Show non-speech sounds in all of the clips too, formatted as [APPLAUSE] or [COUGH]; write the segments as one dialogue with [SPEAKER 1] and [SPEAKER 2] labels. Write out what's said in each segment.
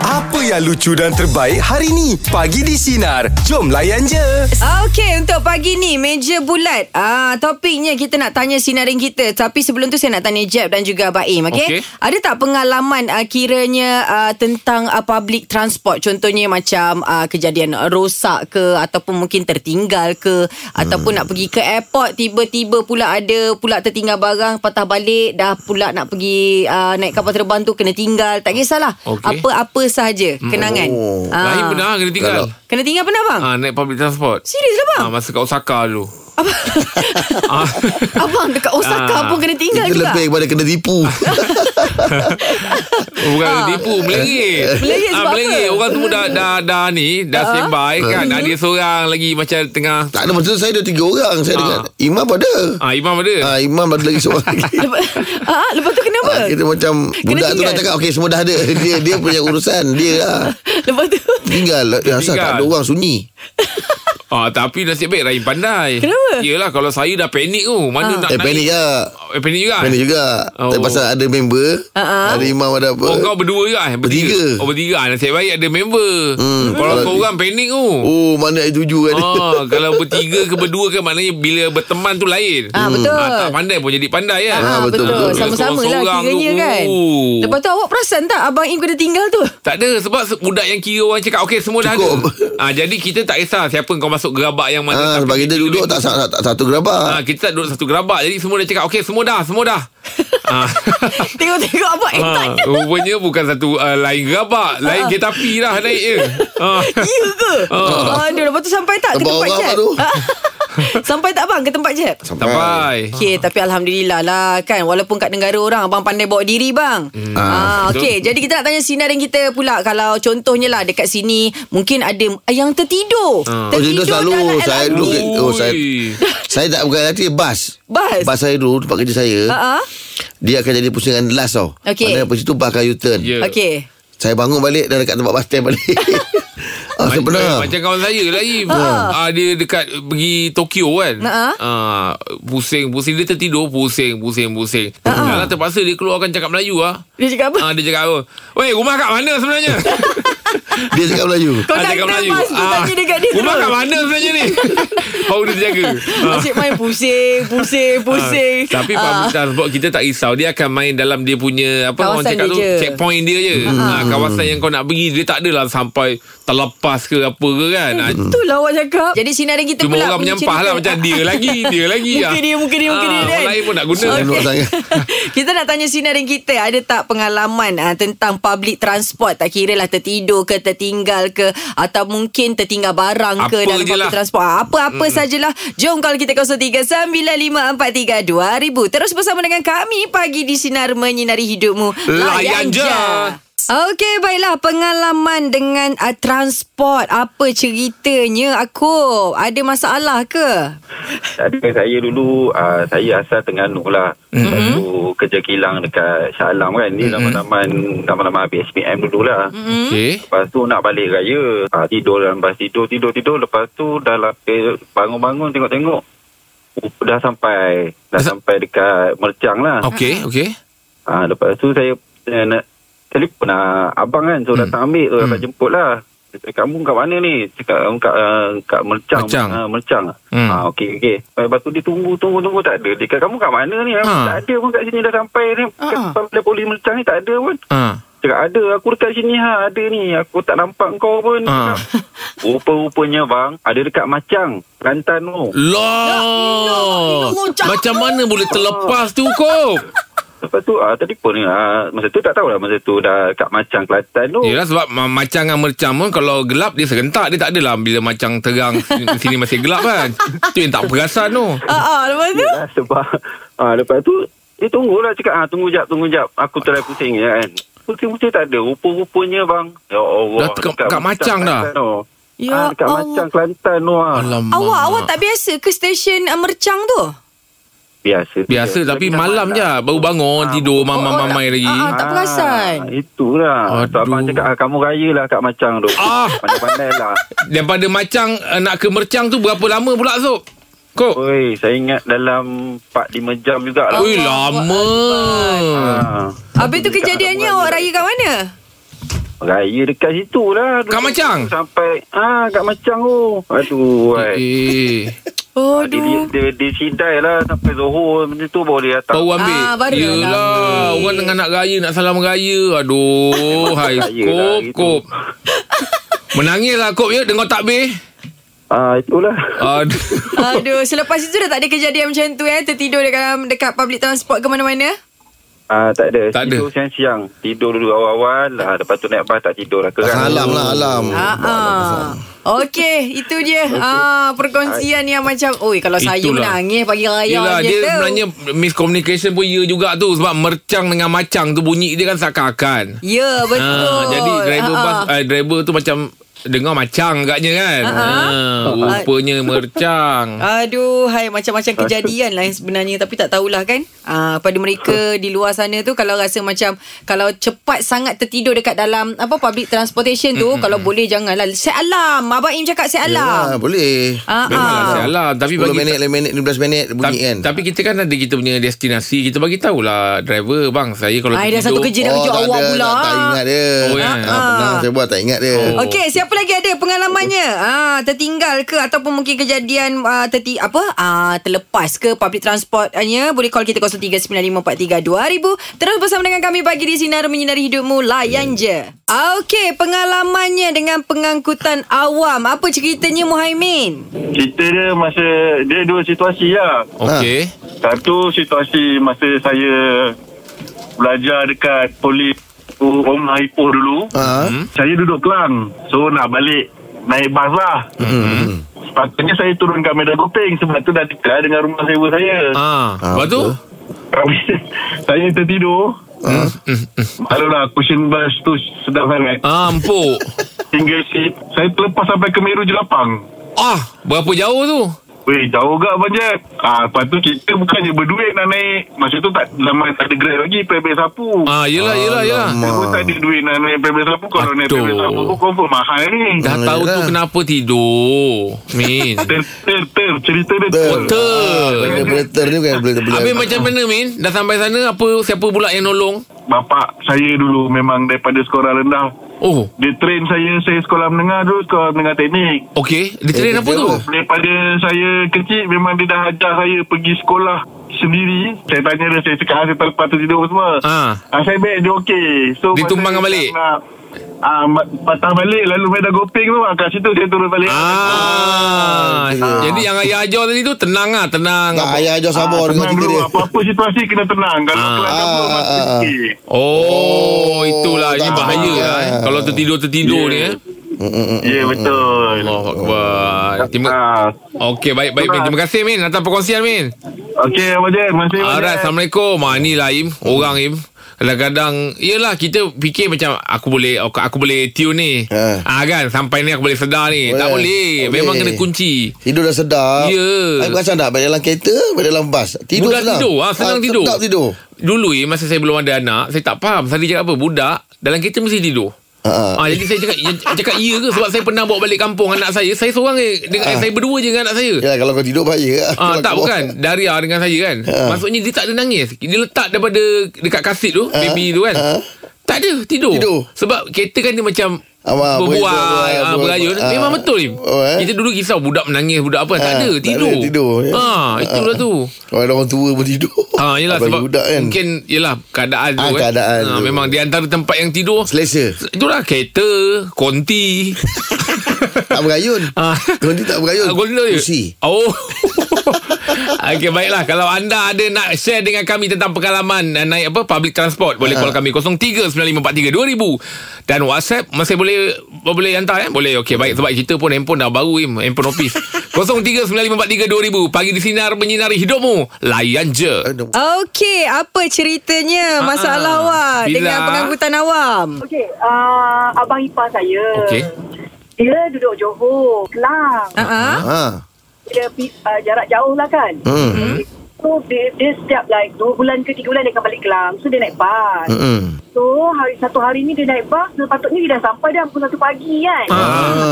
[SPEAKER 1] Apa yang lucu dan terbaik hari ni? Pagi di Sinar. Jom layan je.
[SPEAKER 2] Okey, untuk pagi ni meja bulat. Ah, topiknya kita nak tanya sinarin kita. Tapi sebelum tu saya nak tanya Jeb dan juga Baim, okey?
[SPEAKER 3] Okey.
[SPEAKER 2] Ada tak pengalaman ah, kiranya ah, tentang ah, public transport? Contohnya macam ah, kejadian rosak ke ataupun mungkin tertinggal ke ataupun nak pergi ke airport tiba-tiba pula ada pula tertinggal barang, patah balik dah pula nak pergi ah, naik kapal terbang tu kena tinggal. Tak kisahlah.
[SPEAKER 3] Okey.
[SPEAKER 2] Apa-apa sahaja kenangan.
[SPEAKER 1] Oh.
[SPEAKER 2] Ah.
[SPEAKER 3] Lain benda kena tinggal
[SPEAKER 1] Galak.
[SPEAKER 2] Kena tinggal pernah bang?
[SPEAKER 3] ha, Naik public transport
[SPEAKER 2] Serius lah bang?
[SPEAKER 3] ha, Masa kat Osaka dulu Ah.
[SPEAKER 2] [LAUGHS] Abang dekat Osaka
[SPEAKER 3] Ah.
[SPEAKER 2] pun kena tinggal
[SPEAKER 4] Itu
[SPEAKER 2] juga.
[SPEAKER 4] lebih kepada kena
[SPEAKER 2] [LAUGHS]
[SPEAKER 4] tipu
[SPEAKER 3] Bukan ha. tipu Melengit
[SPEAKER 2] Ah. [LAUGHS] Melengit sebab
[SPEAKER 3] Ah, Melengit
[SPEAKER 2] apa? Ah.
[SPEAKER 3] Orang tu dah, dah, dah ni Dah ha? standby kan Ada seorang lagi Macam tengah
[SPEAKER 4] Tak ada maksud saya ada tiga orang Saya dengar Imam ada
[SPEAKER 3] Ah, Imam ada
[SPEAKER 4] ah, Imam ada lagi seorang
[SPEAKER 2] [LAUGHS]
[SPEAKER 4] lagi
[SPEAKER 2] Lepas, ah, lepas tu kenapa?
[SPEAKER 4] Ah, kita macam budak tu
[SPEAKER 2] tinggal.
[SPEAKER 4] nak cakap okey semua dah ada [LAUGHS] dia dia punya urusan dia lah.
[SPEAKER 2] Lepas tu [LAUGHS]
[SPEAKER 4] tinggal ya asal tak ada orang sunyi
[SPEAKER 3] ah, Tapi nasib baik Rahim pandai
[SPEAKER 2] Kenapa? Ah.
[SPEAKER 3] Yelah kalau saya dah panik tu Mana nak
[SPEAKER 4] eh
[SPEAKER 3] naik
[SPEAKER 4] panik ya
[SPEAKER 3] Eh, panik juga
[SPEAKER 4] panik juga
[SPEAKER 3] Oh.
[SPEAKER 4] tapi pasal ada member
[SPEAKER 2] Ah, ah.
[SPEAKER 4] ada imam ada apa
[SPEAKER 3] Oh kau berdua juga eh?
[SPEAKER 4] Bertiga.
[SPEAKER 3] Oh bertiga ah, Nasib baik ada member
[SPEAKER 4] Hmm,
[SPEAKER 3] Kalau
[SPEAKER 4] kalau-
[SPEAKER 3] kau orang panik tu
[SPEAKER 4] oh mana ada tuju kan
[SPEAKER 3] Ah, kalau bertiga ke berdua ke maknanya bila berteman tu lain. Hmm.
[SPEAKER 2] Ah, betul.
[SPEAKER 3] tak pandai pun jadi pandai
[SPEAKER 2] Ah,
[SPEAKER 3] kan.
[SPEAKER 4] Ah,
[SPEAKER 2] betul,
[SPEAKER 4] betul,
[SPEAKER 2] betul.
[SPEAKER 4] betul.
[SPEAKER 2] Sama-sama lah
[SPEAKER 3] Seorang-seorang
[SPEAKER 2] kiranya
[SPEAKER 3] tu,
[SPEAKER 2] kan.
[SPEAKER 3] oh.
[SPEAKER 2] Lepas tu awak perasan tak Abang Im kena tinggal
[SPEAKER 3] [LAUGHS]
[SPEAKER 2] tu?
[SPEAKER 3] Tak ada sebab se- budak yang kira orang cakap okey semua dah
[SPEAKER 4] Cukup.
[SPEAKER 3] ada. Ah jadi kita tak kisah siapa kau masuk gerabak yang mana.
[SPEAKER 4] [LAUGHS] Ah,
[SPEAKER 3] Tapi
[SPEAKER 4] sebab kita duduk tak, sa- tak, tak satu
[SPEAKER 3] Ah,
[SPEAKER 4] gerabak.
[SPEAKER 3] kita tak duduk satu gerabak jadi semua dah cakap okey semua dah semua
[SPEAKER 2] [LAUGHS]
[SPEAKER 3] dah. ah.
[SPEAKER 2] Tengok-tengok abang eh tak Ah.
[SPEAKER 3] Ah, rupanya bukan satu uh, lain gerabak, lain kereta api lah naik je. Ah.
[SPEAKER 2] Ya ke? Aduh, lepas tu sampai tak ke
[SPEAKER 4] Tempat
[SPEAKER 2] tempat
[SPEAKER 4] orang
[SPEAKER 2] Jeb?
[SPEAKER 4] baru.
[SPEAKER 2] [LAUGHS] sampai tak bang ke tempat Jeb?
[SPEAKER 3] Sampai.
[SPEAKER 2] Okay, tapi Alhamdulillah lah kan Walaupun kat negara orang Abang pandai bawa diri bang hmm. ah,
[SPEAKER 3] Ah,
[SPEAKER 2] Okay, jadi kita nak tanya sinar dan kita pula Kalau contohnya lah dekat sini Mungkin ada yang tertidur
[SPEAKER 3] Ah.
[SPEAKER 4] Oh, tidur selalu.
[SPEAKER 2] dalam
[SPEAKER 4] Saya
[SPEAKER 2] LRT.
[SPEAKER 4] dulu
[SPEAKER 3] Ui.
[SPEAKER 4] Oh, saya- Saya tak bukan hati bas.
[SPEAKER 2] Bas?
[SPEAKER 4] Bas saya dulu tempat kerja saya.
[SPEAKER 2] Ah, ah.
[SPEAKER 4] Dia akan jadi pusingan last tau.
[SPEAKER 2] Okey.
[SPEAKER 4] Mana lepas itu bas akan U-turn.
[SPEAKER 3] Ya.
[SPEAKER 2] Okay
[SPEAKER 4] Saya bangun balik dan dekat tempat bas stand
[SPEAKER 2] [LAUGHS]
[SPEAKER 4] balik. ah, saya
[SPEAKER 3] Macam-
[SPEAKER 4] pernah.
[SPEAKER 3] Macam kawan saya lah Im ah, Dia dekat Pergi Tokyo kan
[SPEAKER 2] Ha.
[SPEAKER 3] ah, Pusing Pusing Dia tertidur Pusing Pusing Pusing
[SPEAKER 2] Ha.
[SPEAKER 3] Alah terpaksa dia keluarkan Cakap Melayu lah
[SPEAKER 2] Dia cakap apa?
[SPEAKER 3] ah, Dia cakap apa Weh rumah kat mana sebenarnya Ah,
[SPEAKER 4] Dia cakap Melayu.
[SPEAKER 2] [LAUGHS] Kau nak kena mas tu tanya dekat dia
[SPEAKER 3] Rumah kat
[SPEAKER 2] terus.
[SPEAKER 3] mana sebenarnya
[SPEAKER 2] [LAUGHS]
[SPEAKER 3] ni Baru dia jaga Ah.
[SPEAKER 2] Asyik main pusing, pusing, pusing.
[SPEAKER 3] Ah, Tapi public transport kita tak risau Dia akan main dalam dia punya Apa
[SPEAKER 2] Kawasan dia
[SPEAKER 3] orang cakap tu
[SPEAKER 2] je. Hmm.
[SPEAKER 3] Checkpoint dia je ah, Kawasan yang kau nak pergi Dia tak adalah sampai Terlepas ke apa ke kan Ah,
[SPEAKER 2] Betul lah awak cakap. Jadi sinar kita
[SPEAKER 3] Cuma
[SPEAKER 2] pula.
[SPEAKER 3] orang
[SPEAKER 2] punya
[SPEAKER 3] menyampah
[SPEAKER 2] cerita.
[SPEAKER 3] lah Macam dia lagi Dia lagi
[SPEAKER 2] Muka
[SPEAKER 3] ah.
[SPEAKER 2] dia, muka dia, muka dia,
[SPEAKER 3] Ah,
[SPEAKER 2] kan?
[SPEAKER 3] Orang lain pun nak guna
[SPEAKER 4] Tengok sangat.
[SPEAKER 2] [LAUGHS] kita nak tanya sinar kita Ada tak pengalaman ah, Tentang public transport Tak kira lah tertidur ke Tertinggal ke Atau mungkin tertinggal barang ke
[SPEAKER 3] Apa
[SPEAKER 2] Dalam
[SPEAKER 3] je
[SPEAKER 2] public
[SPEAKER 3] lah.
[SPEAKER 2] transport Ah, Apa-apa sajalah Jom kalau kita 03 2000 Terus bersama dengan kami Pagi di Sinar Menyinari Hidupmu
[SPEAKER 3] Layan je.
[SPEAKER 2] Okey, baiklah. Pengalaman dengan uh, transport. Apa ceritanya, aku Ada masalah ke?
[SPEAKER 5] Tak ada saya dulu uh, saya asal Terengganu lah. Mm-hmm. Lepas tu kerja kilang dekat Shah Alam kan. Ni zaman-zaman zaman-zaman habis SPM dululah. Mm-hmm.
[SPEAKER 2] Hmm.
[SPEAKER 3] Okey
[SPEAKER 5] Lepas tu nak balik raya. Uh, tidur dalam bas tidur tidur tidur lepas tu dah lapis bangun-bangun tengok-tengok. Uh, dah sampai dah
[SPEAKER 3] Dah sa-
[SPEAKER 5] sampai dekat Mercang lah.
[SPEAKER 3] Okey Okey
[SPEAKER 5] Ah ha, lepas tu saya eh, nak telefon lah abang kan so datang ambil so dapat jemput lah. Dia cakap, kamu kat mana ni? Cakap kamu kat uh, kat Mercang.
[SPEAKER 3] Mercang.
[SPEAKER 5] Ah, Mercang.
[SPEAKER 3] Hmm.
[SPEAKER 5] Ah okey okey. Lepas tu dia tunggu tunggu tunggu tak ada. Dia kata kamu kat mana ni? "Ah,
[SPEAKER 3] Ha.
[SPEAKER 5] Tak ada pun kat sini dah sampai ni. Kat Sampai polis Mercang ni tak ada pun.
[SPEAKER 3] Ah.
[SPEAKER 5] Cakap ada aku dekat sini ha ada ni. Aku tak nampak kau pun.
[SPEAKER 3] Ha.
[SPEAKER 5] Rupa-rupanya bang ada dekat Macang, Kelantan tu.
[SPEAKER 3] Loh Macam mana boleh terlepas tu kau
[SPEAKER 5] Lepas tu ah telefon ni ah masa tu tak tahulah masa tu dah kat Macang Kelantan tu.
[SPEAKER 3] Yelah sebab ma- macang dengan mercam pun Kalau gelap dia serentak Dia tak adalah Bila macang terang [LAUGHS] sini- Sini masih gelap kan Tu yang tak perasan tu
[SPEAKER 2] Ah, ah lepas tu?
[SPEAKER 5] Yelah, lah sebab ah, lepas tu dia tunggu lah cakap ah, tunggu jap tunggu jap aku try pusing je kan pusing-pusing tak ada rupa-rupanya bang ya Allah
[SPEAKER 3] Dah dekat- dekat Macang dah.
[SPEAKER 5] Kelantan tu.
[SPEAKER 2] Ya
[SPEAKER 5] ah, dekat
[SPEAKER 2] Allah.
[SPEAKER 5] Macang Kelantan tu ah.
[SPEAKER 3] Alamak
[SPEAKER 2] Awak, awak tak biasa ke stesen uh, Mercang tu?
[SPEAKER 5] biasa tu
[SPEAKER 3] Biasa
[SPEAKER 5] je.
[SPEAKER 3] tapi
[SPEAKER 5] Lagi
[SPEAKER 3] malam je Baru bangun Tidur mamai-mamai lagi
[SPEAKER 2] Ah, tak perasan.
[SPEAKER 5] ah, itulah so,
[SPEAKER 3] Aduh.
[SPEAKER 5] abang cakap ah, kamu raya lah kat Macang tu
[SPEAKER 3] Ah.
[SPEAKER 5] pandai-pandai lah
[SPEAKER 3] Daripada macang eh, Nak ke mercang tu Berapa lama pula Sob Kok
[SPEAKER 5] Oi, saya ingat dalam 4-5 jam Ah, juga
[SPEAKER 2] Oh,
[SPEAKER 5] lah.
[SPEAKER 3] Ui lama
[SPEAKER 5] Ah.
[SPEAKER 2] Habis tu kejadiannya awak raya kat mana?
[SPEAKER 5] Raya dekat situ lah. Dulu
[SPEAKER 3] Kat Machang?
[SPEAKER 5] Sampai, ah kat Macang tu. Aduh, ai.
[SPEAKER 3] Eh,
[SPEAKER 5] Ah, Dia, dia,
[SPEAKER 2] Aduh.
[SPEAKER 5] dia, dia sidai lah sampai Zohor benda tu baru dia datang.
[SPEAKER 3] tahu ambil.
[SPEAKER 2] Ah, baru
[SPEAKER 3] Yelah,
[SPEAKER 2] ambil.
[SPEAKER 3] orang tengah nak raya, nak salam raya. Aduh, hai,
[SPEAKER 5] Raya lah,
[SPEAKER 3] kop,
[SPEAKER 5] gitu.
[SPEAKER 3] kop. Menangis lah kop ya, dengar takbir.
[SPEAKER 5] Ah, itulah.
[SPEAKER 3] Aduh.
[SPEAKER 2] Aduh, selepas itu dah tak ada kejadian macam tu eh tertidur dekat dekat public transport ke mana-mana?
[SPEAKER 5] Ah, tak ada.
[SPEAKER 3] Tak ada.
[SPEAKER 5] tidur siang-siang. Tidur dulu awal-awal. Ah, lepas tu naik bas tak tidur lah.
[SPEAKER 3] Kan?
[SPEAKER 5] Kerang.
[SPEAKER 4] Alam lah alam
[SPEAKER 2] Ha ah. Okey, itu dia. Ah, perkongsian yang macam, oi kalau saya
[SPEAKER 3] Itulah.
[SPEAKER 2] menangis pagi raya
[SPEAKER 3] Yelah,
[SPEAKER 2] je
[SPEAKER 3] dia
[SPEAKER 2] tu.
[SPEAKER 3] sebenarnya miscommunication pun ya juga tu. Sebab mercang dengan macang tu bunyi dia kan sakakan.
[SPEAKER 2] Ya, betul.
[SPEAKER 3] Ah, jadi driver
[SPEAKER 2] Ah,
[SPEAKER 3] bas
[SPEAKER 2] ah.
[SPEAKER 3] uh, driver tu macam dengar macang agaknya kan.
[SPEAKER 2] Ah, ah.
[SPEAKER 3] Ah, rupanya mercang.
[SPEAKER 2] Aduh, hai macam-macam kejadian lah yang sebenarnya tapi tak tahulah kan. Ah pada mereka di luar sana tu kalau rasa macam kalau cepat sangat tertidur dekat dalam apa public transportation tu kalau boleh janganlah set alarm. Abang Im cakap set
[SPEAKER 4] Yalah,
[SPEAKER 2] alarm.
[SPEAKER 4] boleh
[SPEAKER 2] Ah
[SPEAKER 3] Ya, Memang lah,
[SPEAKER 2] ah.
[SPEAKER 3] salah tapi
[SPEAKER 4] 10
[SPEAKER 3] bagi
[SPEAKER 4] minit, 5 minit, 15 minit dia bunyi
[SPEAKER 3] tapi,
[SPEAKER 4] kan
[SPEAKER 3] tapi kita kan ada kita punya destinasi kita bagi tahulah driver bang saya kalau
[SPEAKER 2] Ai dah Ah, satu kerja dah kerja
[SPEAKER 4] Oh, tak
[SPEAKER 2] awak
[SPEAKER 4] ada,
[SPEAKER 2] pula. Ah.
[SPEAKER 4] tak, tak ingat dia
[SPEAKER 3] Oh,
[SPEAKER 4] oh,
[SPEAKER 3] ya.
[SPEAKER 4] ya. ha, Pernah saya buat tak ingat dia
[SPEAKER 3] Oh.
[SPEAKER 4] oh.
[SPEAKER 2] Okey, siapa lagi ada pengalamannya? Ah, tertinggal ke ataupun mungkin kejadian ah, terti apa? Ah, terlepas ke public transportnya? Boleh call kita 0395432000. Terus bersama dengan kami pagi di sinar menyinari hidupmu layan je. Ah, Okey, pengalamannya dengan pengangkutan awam. Apa ceritanya Muhaimin?
[SPEAKER 6] Cerita dia masa Dia dua situasi lah
[SPEAKER 3] okey
[SPEAKER 6] Satu situasi masa saya Belajar dekat polis Omah Ipoh dulu
[SPEAKER 4] Ha?
[SPEAKER 6] Saya duduk Kelang So nak balik Naik bas lah
[SPEAKER 3] Mm-hmm.
[SPEAKER 4] Hmm.
[SPEAKER 6] Sepatutnya saya turun kat Medan Kuping Sebab tu dah dekat dengan rumah sewa saya
[SPEAKER 3] ah
[SPEAKER 4] Ah,
[SPEAKER 3] lepas tu
[SPEAKER 4] betul.
[SPEAKER 6] Tapi [LAUGHS] Saya tertidur
[SPEAKER 4] Ha?
[SPEAKER 3] Mm-hmm.
[SPEAKER 6] Malulah cushion bus tu sedap sangat
[SPEAKER 3] ah empuk [LAUGHS]
[SPEAKER 6] Hingga si Saya terlepas sampai ke Meru Jelapang
[SPEAKER 3] ah berapa jauh tu
[SPEAKER 6] Weh jauh gak Abang Jack ah, Lepas tu kita bukannya berduit nak naik Masa tu tak lama tak ada grab lagi Pebel sapu ah.
[SPEAKER 3] ah yelah yelah yelah
[SPEAKER 4] Alamak.
[SPEAKER 6] Saya pun tak ada duit nak naik pebel sapu Kalau naik
[SPEAKER 3] Aduh.
[SPEAKER 6] pebel sapu pun confirm mahal ni
[SPEAKER 3] dah
[SPEAKER 4] Alamak,
[SPEAKER 3] tahu tu
[SPEAKER 4] yelah.
[SPEAKER 3] kenapa tidur [LAUGHS] min
[SPEAKER 6] Ter ter ter Cerita dia
[SPEAKER 4] Ter.
[SPEAKER 6] ter
[SPEAKER 3] betul
[SPEAKER 4] Regulator ni bukan boleh boleh.
[SPEAKER 3] Habis macam mana Min? Dah sampai sana apa siapa pula yang nolong?
[SPEAKER 6] Bapak saya dulu memang daripada sekolah rendah
[SPEAKER 3] Oh,
[SPEAKER 6] Dia train saya Saya sekolah menengah dulu Sekolah menengah teknik
[SPEAKER 3] okey. Dia train
[SPEAKER 4] Eh,
[SPEAKER 3] apa tu?
[SPEAKER 4] betul.
[SPEAKER 6] Daripada saya kecil Memang dia dah ajar saya Pergi sekolah sendiri Saya tanya dia Saya cakap "Ah, Saya terlepas tertidur semua
[SPEAKER 3] Ah.
[SPEAKER 6] Ah, saya baik dia okey. So
[SPEAKER 3] Dia
[SPEAKER 6] masa
[SPEAKER 3] tumbangkan
[SPEAKER 6] saya
[SPEAKER 3] balik?
[SPEAKER 6] Nak, ah, ma- patah balik lalu saya dah gopeng tu ah, kat situ saya turun balik.
[SPEAKER 3] Ah, jadi yang ayah ajar tadi tu tenang ah, tenang.
[SPEAKER 4] Tak ayah ajar sabar
[SPEAKER 6] Ah,
[SPEAKER 4] dengan
[SPEAKER 6] tenang
[SPEAKER 4] cerita
[SPEAKER 6] dulu
[SPEAKER 4] dia.
[SPEAKER 6] Apa-apa situasi kena tenang Kalau
[SPEAKER 3] Ah.
[SPEAKER 6] ah, kelakar pun
[SPEAKER 4] Ah,
[SPEAKER 6] masa
[SPEAKER 4] ah, ah.
[SPEAKER 6] fikir.
[SPEAKER 3] Oh, itulah ini
[SPEAKER 4] tak
[SPEAKER 3] bahaya
[SPEAKER 4] apa.
[SPEAKER 3] lah. Eh. Kalau tertidur-tertidur ni eh.
[SPEAKER 6] Ya yeah, betul
[SPEAKER 3] Allah Akbar. Terima
[SPEAKER 6] ah.
[SPEAKER 3] Okey, baik baik Min. Terima kasih Min atas perkongsian Min.
[SPEAKER 6] Okey Abang Jen Masih
[SPEAKER 3] Alright, Assalamualaikum. Ha inilah Im, orang Im. Kadang-kadang Yelah kita fikir macam Aku boleh Aku, aku boleh tune ni ha.
[SPEAKER 4] Ha.
[SPEAKER 3] kan Sampai ni aku boleh sedar ni Tak boleh
[SPEAKER 4] Boleh. Tak
[SPEAKER 3] Memang kena
[SPEAKER 4] boleh.
[SPEAKER 3] kunci
[SPEAKER 4] Tidur dah sedap
[SPEAKER 3] Ya.
[SPEAKER 4] Saya perasan tak Baik dalam kereta Baik dalam bas Tidur
[SPEAKER 3] Budak
[SPEAKER 4] senang
[SPEAKER 3] tidur ah, Senang
[SPEAKER 4] Ah,
[SPEAKER 3] tidur
[SPEAKER 4] Sedap tidur
[SPEAKER 3] Dulu eh Masa saya belum ada anak Saya tak faham Sari cakap apa Budak Dalam kereta mesti tidur
[SPEAKER 4] Ha.
[SPEAKER 3] Ah, jadi saya cakap ya, cakap iya ke sebab saya pernah bawa balik kampung anak saya. Saya seorang eh dengan
[SPEAKER 4] Ah.
[SPEAKER 3] saya berdua je dengan anak saya.
[SPEAKER 4] Ya kalau kau tidur bahaya
[SPEAKER 3] Ah
[SPEAKER 4] Kalau
[SPEAKER 3] tak
[SPEAKER 4] kau-
[SPEAKER 3] bukan Daria dengan saya kan
[SPEAKER 4] Ah.
[SPEAKER 3] Maksudnya dia tak ada nangis Dia letak daripada Dekat kasut tu Baby tu kan
[SPEAKER 4] Ah.
[SPEAKER 3] Tak ada tidur.
[SPEAKER 4] Tidur.
[SPEAKER 3] Sebab kereta kan dia macam
[SPEAKER 4] Abang,
[SPEAKER 3] Berbual
[SPEAKER 4] berbual,
[SPEAKER 3] ah,
[SPEAKER 4] berbual.
[SPEAKER 3] Berayun
[SPEAKER 4] Ah.
[SPEAKER 3] Memang betul ni
[SPEAKER 4] Oh, eh?
[SPEAKER 3] Kita dulu kisah Budak menangis Budak apa Tak
[SPEAKER 4] Ah,
[SPEAKER 3] ada
[SPEAKER 4] tak ada,
[SPEAKER 3] Tidur
[SPEAKER 4] tidur, ya.
[SPEAKER 3] Ah, Itulah
[SPEAKER 4] Ah.
[SPEAKER 3] tu
[SPEAKER 4] Kalau ada orang tua pun tidur
[SPEAKER 3] Ah, yelah
[SPEAKER 4] Abang
[SPEAKER 3] sebab
[SPEAKER 4] budak kan
[SPEAKER 3] mungkin yelah keadaan tu
[SPEAKER 4] Ah,
[SPEAKER 3] kan.
[SPEAKER 4] keadaan
[SPEAKER 3] Ah,
[SPEAKER 4] tu.
[SPEAKER 3] memang di antara tempat yang tidur
[SPEAKER 4] Selesa
[SPEAKER 3] itulah kereta, konti.
[SPEAKER 4] [LAUGHS] Tak berayun
[SPEAKER 3] Ah.
[SPEAKER 4] Kondi tak
[SPEAKER 3] Ah,
[SPEAKER 4] berayun
[SPEAKER 3] Golden Lawyer.
[SPEAKER 4] Kursi
[SPEAKER 3] Oh. [LAUGHS] Okey baiklah kalau anda ada nak share dengan kami tentang pengalaman eh, naik apa public transport boleh call kami 0395432000 dan WhatsApp masih boleh boleh hantar eh boleh okey baik sebab kita pun handphone dah baru Im handphone office 0395432000 pagi di sinar menyinari hidupmu layan je
[SPEAKER 4] Aduh.
[SPEAKER 2] Okey, apa ceritanya masalah
[SPEAKER 3] Ah,
[SPEAKER 2] awak
[SPEAKER 3] Bila?
[SPEAKER 2] dengan pengangkutan awam?
[SPEAKER 7] Okey, uh, abang ipar saya.
[SPEAKER 3] Okey.
[SPEAKER 7] Dia duduk Johor, Kelang.
[SPEAKER 2] Ha ah.
[SPEAKER 4] Ha.
[SPEAKER 7] Dia pi- uh, jarak jauh lah kan.
[SPEAKER 4] Hmm.
[SPEAKER 7] So, dia, dia setiap like 2 bulan ke 3 bulan dia akan balik Kelang. So, dia naik bas.
[SPEAKER 4] Hmm.
[SPEAKER 7] So, hari satu hari ni dia naik bas. Sepatutnya dia dah sampai dah pukul 1 pagi kan.
[SPEAKER 3] Ah.
[SPEAKER 4] Ha.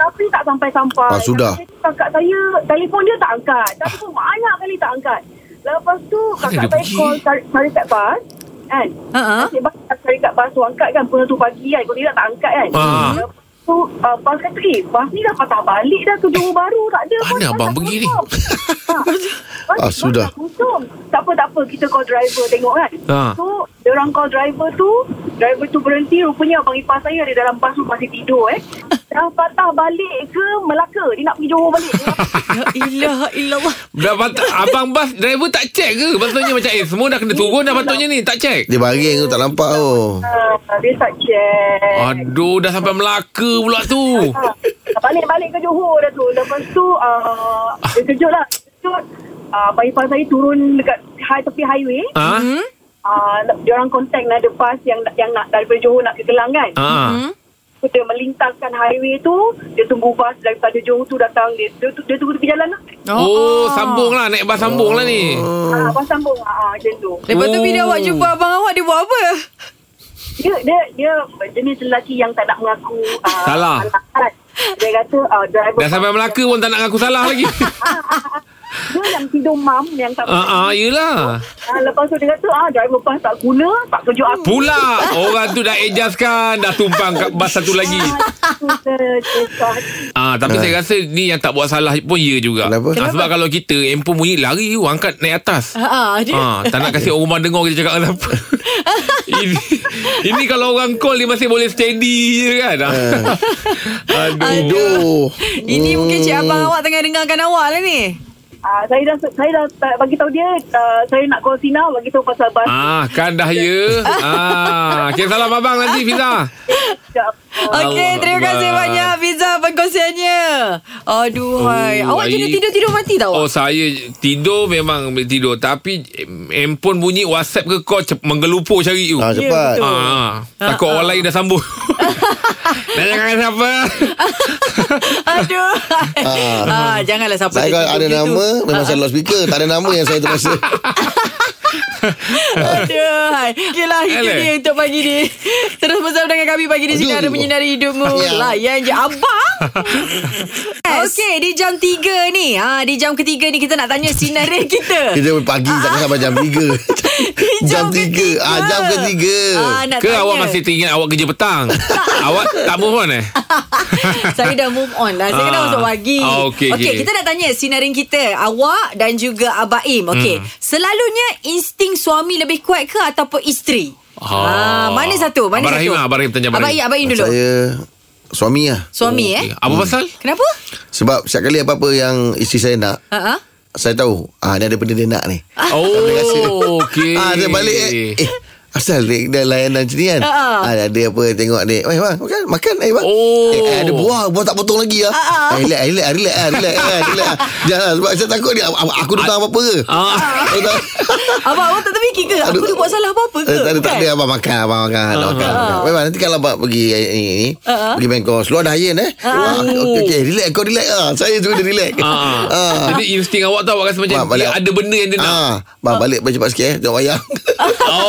[SPEAKER 7] Tapi tak sampai-sampai.
[SPEAKER 4] Ah, sudah.
[SPEAKER 7] Tapi Kakak saya, telefon dia tak angkat. Telefon banyak kali tak angkat. Lepas tu,
[SPEAKER 3] Mana dia
[SPEAKER 7] kakak saya
[SPEAKER 3] pergi?
[SPEAKER 7] call cari, cari kat bas. kan.
[SPEAKER 2] Ha-ha.
[SPEAKER 7] Nasib baik tak cari kat bas tu angkat kan. Pukul tu pagi kan. Kalau tidak tak angkat kan.
[SPEAKER 3] Ha.
[SPEAKER 7] Lepas tu uh, bas kata eh bas ni dah patah balik dah ke Johor Baru. Tak ada.
[SPEAKER 3] mana
[SPEAKER 7] bas
[SPEAKER 3] abang
[SPEAKER 7] dah
[SPEAKER 3] pergi ni?
[SPEAKER 7] kosong. Ha. Bas-
[SPEAKER 4] [LAUGHS] Ah,
[SPEAKER 7] bas
[SPEAKER 4] sudah.
[SPEAKER 7] dah kosong. Tak apa tak apa kita call driver tengok kan.
[SPEAKER 3] Ha.
[SPEAKER 7] So dia orang call driver tu. Driver tu berhenti rupanya abang ipar saya ada dalam bas tu masih tidur
[SPEAKER 3] [LAUGHS]
[SPEAKER 7] eh. Dah patah balik ke Melaka. Dia nak pergi Johor
[SPEAKER 3] [LAUGHS]
[SPEAKER 7] balik. Dia nak
[SPEAKER 2] La ilaha illallah.
[SPEAKER 3] Dah patut, abang bas driver tak check ke? Patutnya macam eh semua dah kena turun dah patutnya ni tak
[SPEAKER 4] [LAUGHS]
[SPEAKER 3] check.
[SPEAKER 4] Dia baring tu tak nampak tu.
[SPEAKER 7] Ah, dia tak check.
[SPEAKER 3] Aduh dah sampai Melaka pula
[SPEAKER 7] [LAUGHS]
[SPEAKER 3] tu.
[SPEAKER 7] Ha, balik-balik ke Johor dah tu. Lepas tu, uh, dia kejut lah. Kejut, uh, bayi pas saya turun dekat high, tepi highway.
[SPEAKER 3] Ha?
[SPEAKER 7] Uh, dia orang contact lah ada bus yang yang nak daripada Johor nak ke Kelang kan.
[SPEAKER 3] Ha.
[SPEAKER 7] So, dia melintaskan highway tu, dia tunggu bus daripada Johor tu datang. Dia, dia, tu- dia tunggu tepi jalan lah.
[SPEAKER 3] Oh, sambung lah naik bas sambung lah ni.
[SPEAKER 7] Ah, bus sambung. Ah, ah, macam tu.
[SPEAKER 2] Lepas tu bila
[SPEAKER 3] Oh.
[SPEAKER 2] awak jumpa abang awak dia buat apa?
[SPEAKER 7] Dia, dia, dia jenis lelaki yang tak nak mengaku. Uh,
[SPEAKER 3] Salah.
[SPEAKER 7] Anak, kan. Dia kata, uh, driver
[SPEAKER 3] Dah sampai Melaka pun tak nak ngaku salah lagi.
[SPEAKER 7] dia yang tidur mam yang tak
[SPEAKER 3] Ah, ah, yelah.
[SPEAKER 7] Ah, lepas tu dia kata, ah, driver bus tak guna, tak kejut aku.
[SPEAKER 3] Pula orang tu dah adjustkan, dah tumpang kat bas satu lagi.
[SPEAKER 7] Ah, tu dia cakap.
[SPEAKER 3] Ah, tapi saya rasa ni yang tak buat salah pun ya juga.
[SPEAKER 4] Kenapa?
[SPEAKER 3] Ah, sebab kalau kita handphone bunyi lari tu angkat naik atas.
[SPEAKER 2] Ha ah, dia.
[SPEAKER 3] Ha, tak nak kasi orang rumah dengar kita cakap kenapa. ini, ini kalau orang call dia masih boleh steady je kan. Aduh.
[SPEAKER 4] Tidur.
[SPEAKER 2] Ini mungkin cik
[SPEAKER 4] Hmm.
[SPEAKER 2] abang awak tengah dengarkan awak lah ni.
[SPEAKER 7] Ah, saya dah saya dah tak bagi tahu dia ah, saya nak call Sina bagi tahu pasal bas.
[SPEAKER 3] Ah, kan dah ya. Ah, okay, salam abang nanti Fiza.
[SPEAKER 7] Sekejap.
[SPEAKER 2] Okey,
[SPEAKER 3] Allah
[SPEAKER 2] terima kasih
[SPEAKER 3] Akbar.
[SPEAKER 2] banyak Fiza pengkongsiannya. Aduh,
[SPEAKER 3] Oh,
[SPEAKER 2] awak jenis
[SPEAKER 3] ai-
[SPEAKER 2] tidur-tidur mati tak awak?
[SPEAKER 3] Oh, saya tidur memang boleh tidur tapi em, handphone bunyi WhatsApp ke call cep- menggelupur cari tu.
[SPEAKER 4] Ah,
[SPEAKER 2] Ya,
[SPEAKER 4] cepat.
[SPEAKER 2] betul.
[SPEAKER 3] Ah, takut orang lain dah
[SPEAKER 2] [LAUGHS]
[SPEAKER 3] sambung. Dah jangan siapa.
[SPEAKER 4] [LAUGHS]
[SPEAKER 2] Aduh. ah, janganlah siapa
[SPEAKER 4] Saya kalau ada
[SPEAKER 2] tertidur gitu.
[SPEAKER 4] nama
[SPEAKER 3] Ah,
[SPEAKER 4] Memang saya loudspeaker Tak ada nama yang saya terasa
[SPEAKER 2] Aduh. Okey lah, itu
[SPEAKER 3] Eleh.
[SPEAKER 2] dia untuk pagi ni. Terus bersama dengan kami pagi di sini ada
[SPEAKER 4] Aduh.
[SPEAKER 2] menyinari hidupmu.
[SPEAKER 4] Ya.
[SPEAKER 2] Layan je
[SPEAKER 4] [LAUGHS]
[SPEAKER 2] abang. Okey, di jam 3 ni. Ha, di jam ketiga ni kita nak tanya
[SPEAKER 4] [LAUGHS]
[SPEAKER 2] sinarin kita.
[SPEAKER 4] Kita pagi Tak sampai jam
[SPEAKER 2] [LAUGHS]
[SPEAKER 4] 3 Jam 3 ah, Jam ke
[SPEAKER 2] Ah,
[SPEAKER 4] 3
[SPEAKER 2] nak
[SPEAKER 3] Ke
[SPEAKER 2] tanya.
[SPEAKER 3] awak masih teringat awak kerja petang? awak tak move on eh?
[SPEAKER 2] [LAUGHS] Saya dah move on lah Saya kena
[SPEAKER 3] Ah.
[SPEAKER 2] masuk pagi
[SPEAKER 3] Ah, okey,
[SPEAKER 2] okay,
[SPEAKER 3] okey.
[SPEAKER 2] Kita nak tanya Sinarin kita Awak dan juga Abaim Okay hmm. Selalunya Insting suami lebih kuat ke Ataupun isteri Ah,
[SPEAKER 3] Ah.
[SPEAKER 2] mana satu? Mana
[SPEAKER 3] Abang Rahim
[SPEAKER 2] satu?
[SPEAKER 3] lah, Abang Rahim tanya Oh, Abang
[SPEAKER 2] Abang
[SPEAKER 3] Rahim.
[SPEAKER 2] Im, Abang Im dulu.
[SPEAKER 4] Saya Suami lah
[SPEAKER 2] Suami eh.
[SPEAKER 3] Okay. Apa pasal?
[SPEAKER 2] Kenapa?
[SPEAKER 4] Sebab setiap kali apa-apa yang Isteri saya nak
[SPEAKER 2] Ha ah.
[SPEAKER 4] Saya tahu ah, Dia ada benda dia nak ni
[SPEAKER 3] Oh, okey.
[SPEAKER 4] ah, Dia balik eh, eh Asal dia, dia layanan macam ni kan
[SPEAKER 2] Ha, ha.
[SPEAKER 4] ah, Dia apa tengok dia Eh bang makan Makan eh bang
[SPEAKER 3] Oh.
[SPEAKER 4] eh, Ada buah Buah tak potong lagi lah ah, Relax relax Relax ah, Relax ah, Relax ah. Jangan sebab saya takut dia Aku, aku datang apa-apa ke
[SPEAKER 3] Ah.
[SPEAKER 4] Aku tak-
[SPEAKER 2] [LAUGHS] Abang awak tak terfikir ke? Aku
[SPEAKER 4] Aduh.
[SPEAKER 2] tu buat salah apa-apa ke?
[SPEAKER 4] Eh, Tak ada, tak ada
[SPEAKER 2] Kan?
[SPEAKER 4] abang makan Abang makan
[SPEAKER 3] Ah,
[SPEAKER 4] uh makan, makan. Memang nanti kalau abang pergi eh, ni, ni
[SPEAKER 2] Ah.
[SPEAKER 4] Pergi main kos Luar dah ayan eh ah, okay, okay, relax Kau relax ah. Saya juga dia relax
[SPEAKER 3] Ah.
[SPEAKER 4] [LAUGHS] Ah.
[SPEAKER 3] Jadi insting awak tu awak rasa macam
[SPEAKER 4] Mak, balik.
[SPEAKER 3] dia ada benda yang dia nak.
[SPEAKER 4] Ah, bang balik cepat sikit eh Tengok wayang [LAUGHS] Ah.
[SPEAKER 2] Ah.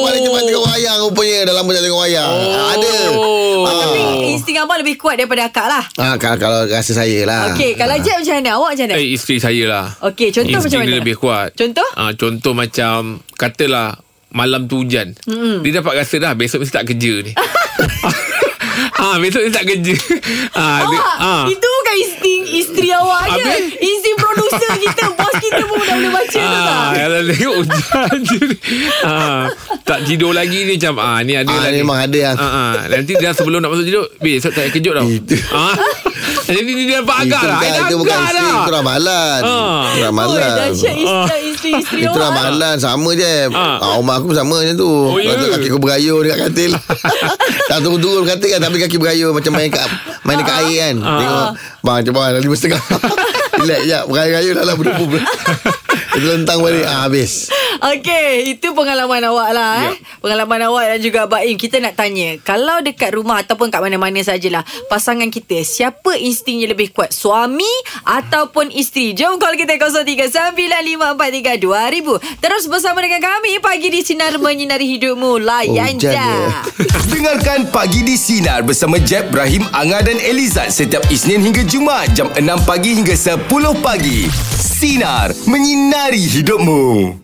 [SPEAKER 3] Oh.
[SPEAKER 4] balik cepat tengok wayang Rupanya dah lama tak tengok wayang ah, Ada
[SPEAKER 3] Oh.
[SPEAKER 2] Tapi insting abang lebih kuat daripada akak lah.
[SPEAKER 4] ah, kalau, kalau rasa saya lah
[SPEAKER 2] Okey, kalau Jack macam mana? Awak macam mana?
[SPEAKER 3] Eh, isteri saya lah.
[SPEAKER 2] Okey, contoh
[SPEAKER 3] Insting
[SPEAKER 2] macam
[SPEAKER 3] dia
[SPEAKER 2] mana?
[SPEAKER 3] lebih kuat.
[SPEAKER 2] Contoh?
[SPEAKER 3] Ah, contoh macam katalah malam tu hujan. Mm-hmm. Dia dapat rasa dah besok mesti tak kerja
[SPEAKER 2] [LAUGHS]
[SPEAKER 3] ni. ah, besok mesti tak kerja. Ah, dia,
[SPEAKER 2] Awak
[SPEAKER 3] ah.
[SPEAKER 2] Oh, Itu bukan insting Isteri awak je
[SPEAKER 3] Habis?
[SPEAKER 2] Insting producer kita Bos kita pun dah boleh baca tu tak
[SPEAKER 3] Ah, kalau tengok hujan je ni. ah, Tak tidur lagi ni macam ah, Ni ada
[SPEAKER 4] Ah,
[SPEAKER 3] lah
[SPEAKER 4] ni
[SPEAKER 3] ni.
[SPEAKER 4] memang ada yang-
[SPEAKER 3] ah, ah. Nanti dia sebelum nak masuk tidur Besok tak payah kejut tau
[SPEAKER 4] Itu-
[SPEAKER 3] ah. Jadi dia dapat
[SPEAKER 4] Itu
[SPEAKER 3] agak lah
[SPEAKER 4] bukan,
[SPEAKER 3] Dia
[SPEAKER 4] itu bukan
[SPEAKER 3] agak
[SPEAKER 4] isteri Itu
[SPEAKER 3] dah
[SPEAKER 4] ramalan
[SPEAKER 3] Ah.
[SPEAKER 4] Itu
[SPEAKER 2] Oh,
[SPEAKER 4] ramalan
[SPEAKER 2] dahsyat isteri isteri
[SPEAKER 4] Itu
[SPEAKER 2] awak.
[SPEAKER 4] ramalan Sama je
[SPEAKER 3] Ah.
[SPEAKER 4] ah. Rumah aku pun sama macam tu
[SPEAKER 3] Oh, ya?
[SPEAKER 4] Lepas tu kaki aku berayur Dekat
[SPEAKER 3] [LAUGHS]
[SPEAKER 4] katil Tak turun-turun katil kan Tapi kaki berayur Macam main kat Main dekat air kan
[SPEAKER 3] Ah.
[SPEAKER 4] Tengok Bang cuba dah lima setengah Relax sekejap Berayur-ayur dah lah
[SPEAKER 3] [LAUGHS]
[SPEAKER 4] Berdua pun Itu lentang balik ah, Habis
[SPEAKER 2] Okey, itu pengalaman awak lah eh.
[SPEAKER 3] Ya.
[SPEAKER 2] Pengalaman awak dan juga Abang Im. Kita nak tanya, kalau dekat rumah ataupun kat mana-mana sajalah, pasangan kita, siapa instingnya lebih kuat? Suami ataupun isteri? Jom call kita 0395432000. Terus bersama dengan kami pagi di Sinar Menyinari Hidupmu. Layan
[SPEAKER 4] Hujan
[SPEAKER 2] oh,
[SPEAKER 4] dia.
[SPEAKER 2] je.
[SPEAKER 1] Dengarkan Pagi di Sinar bersama Jeb, Ibrahim, Anga dan Elizad setiap Isnin hingga Jumaat jam 6 pagi hingga 10 pagi. Sinar, menyinari hidupmu.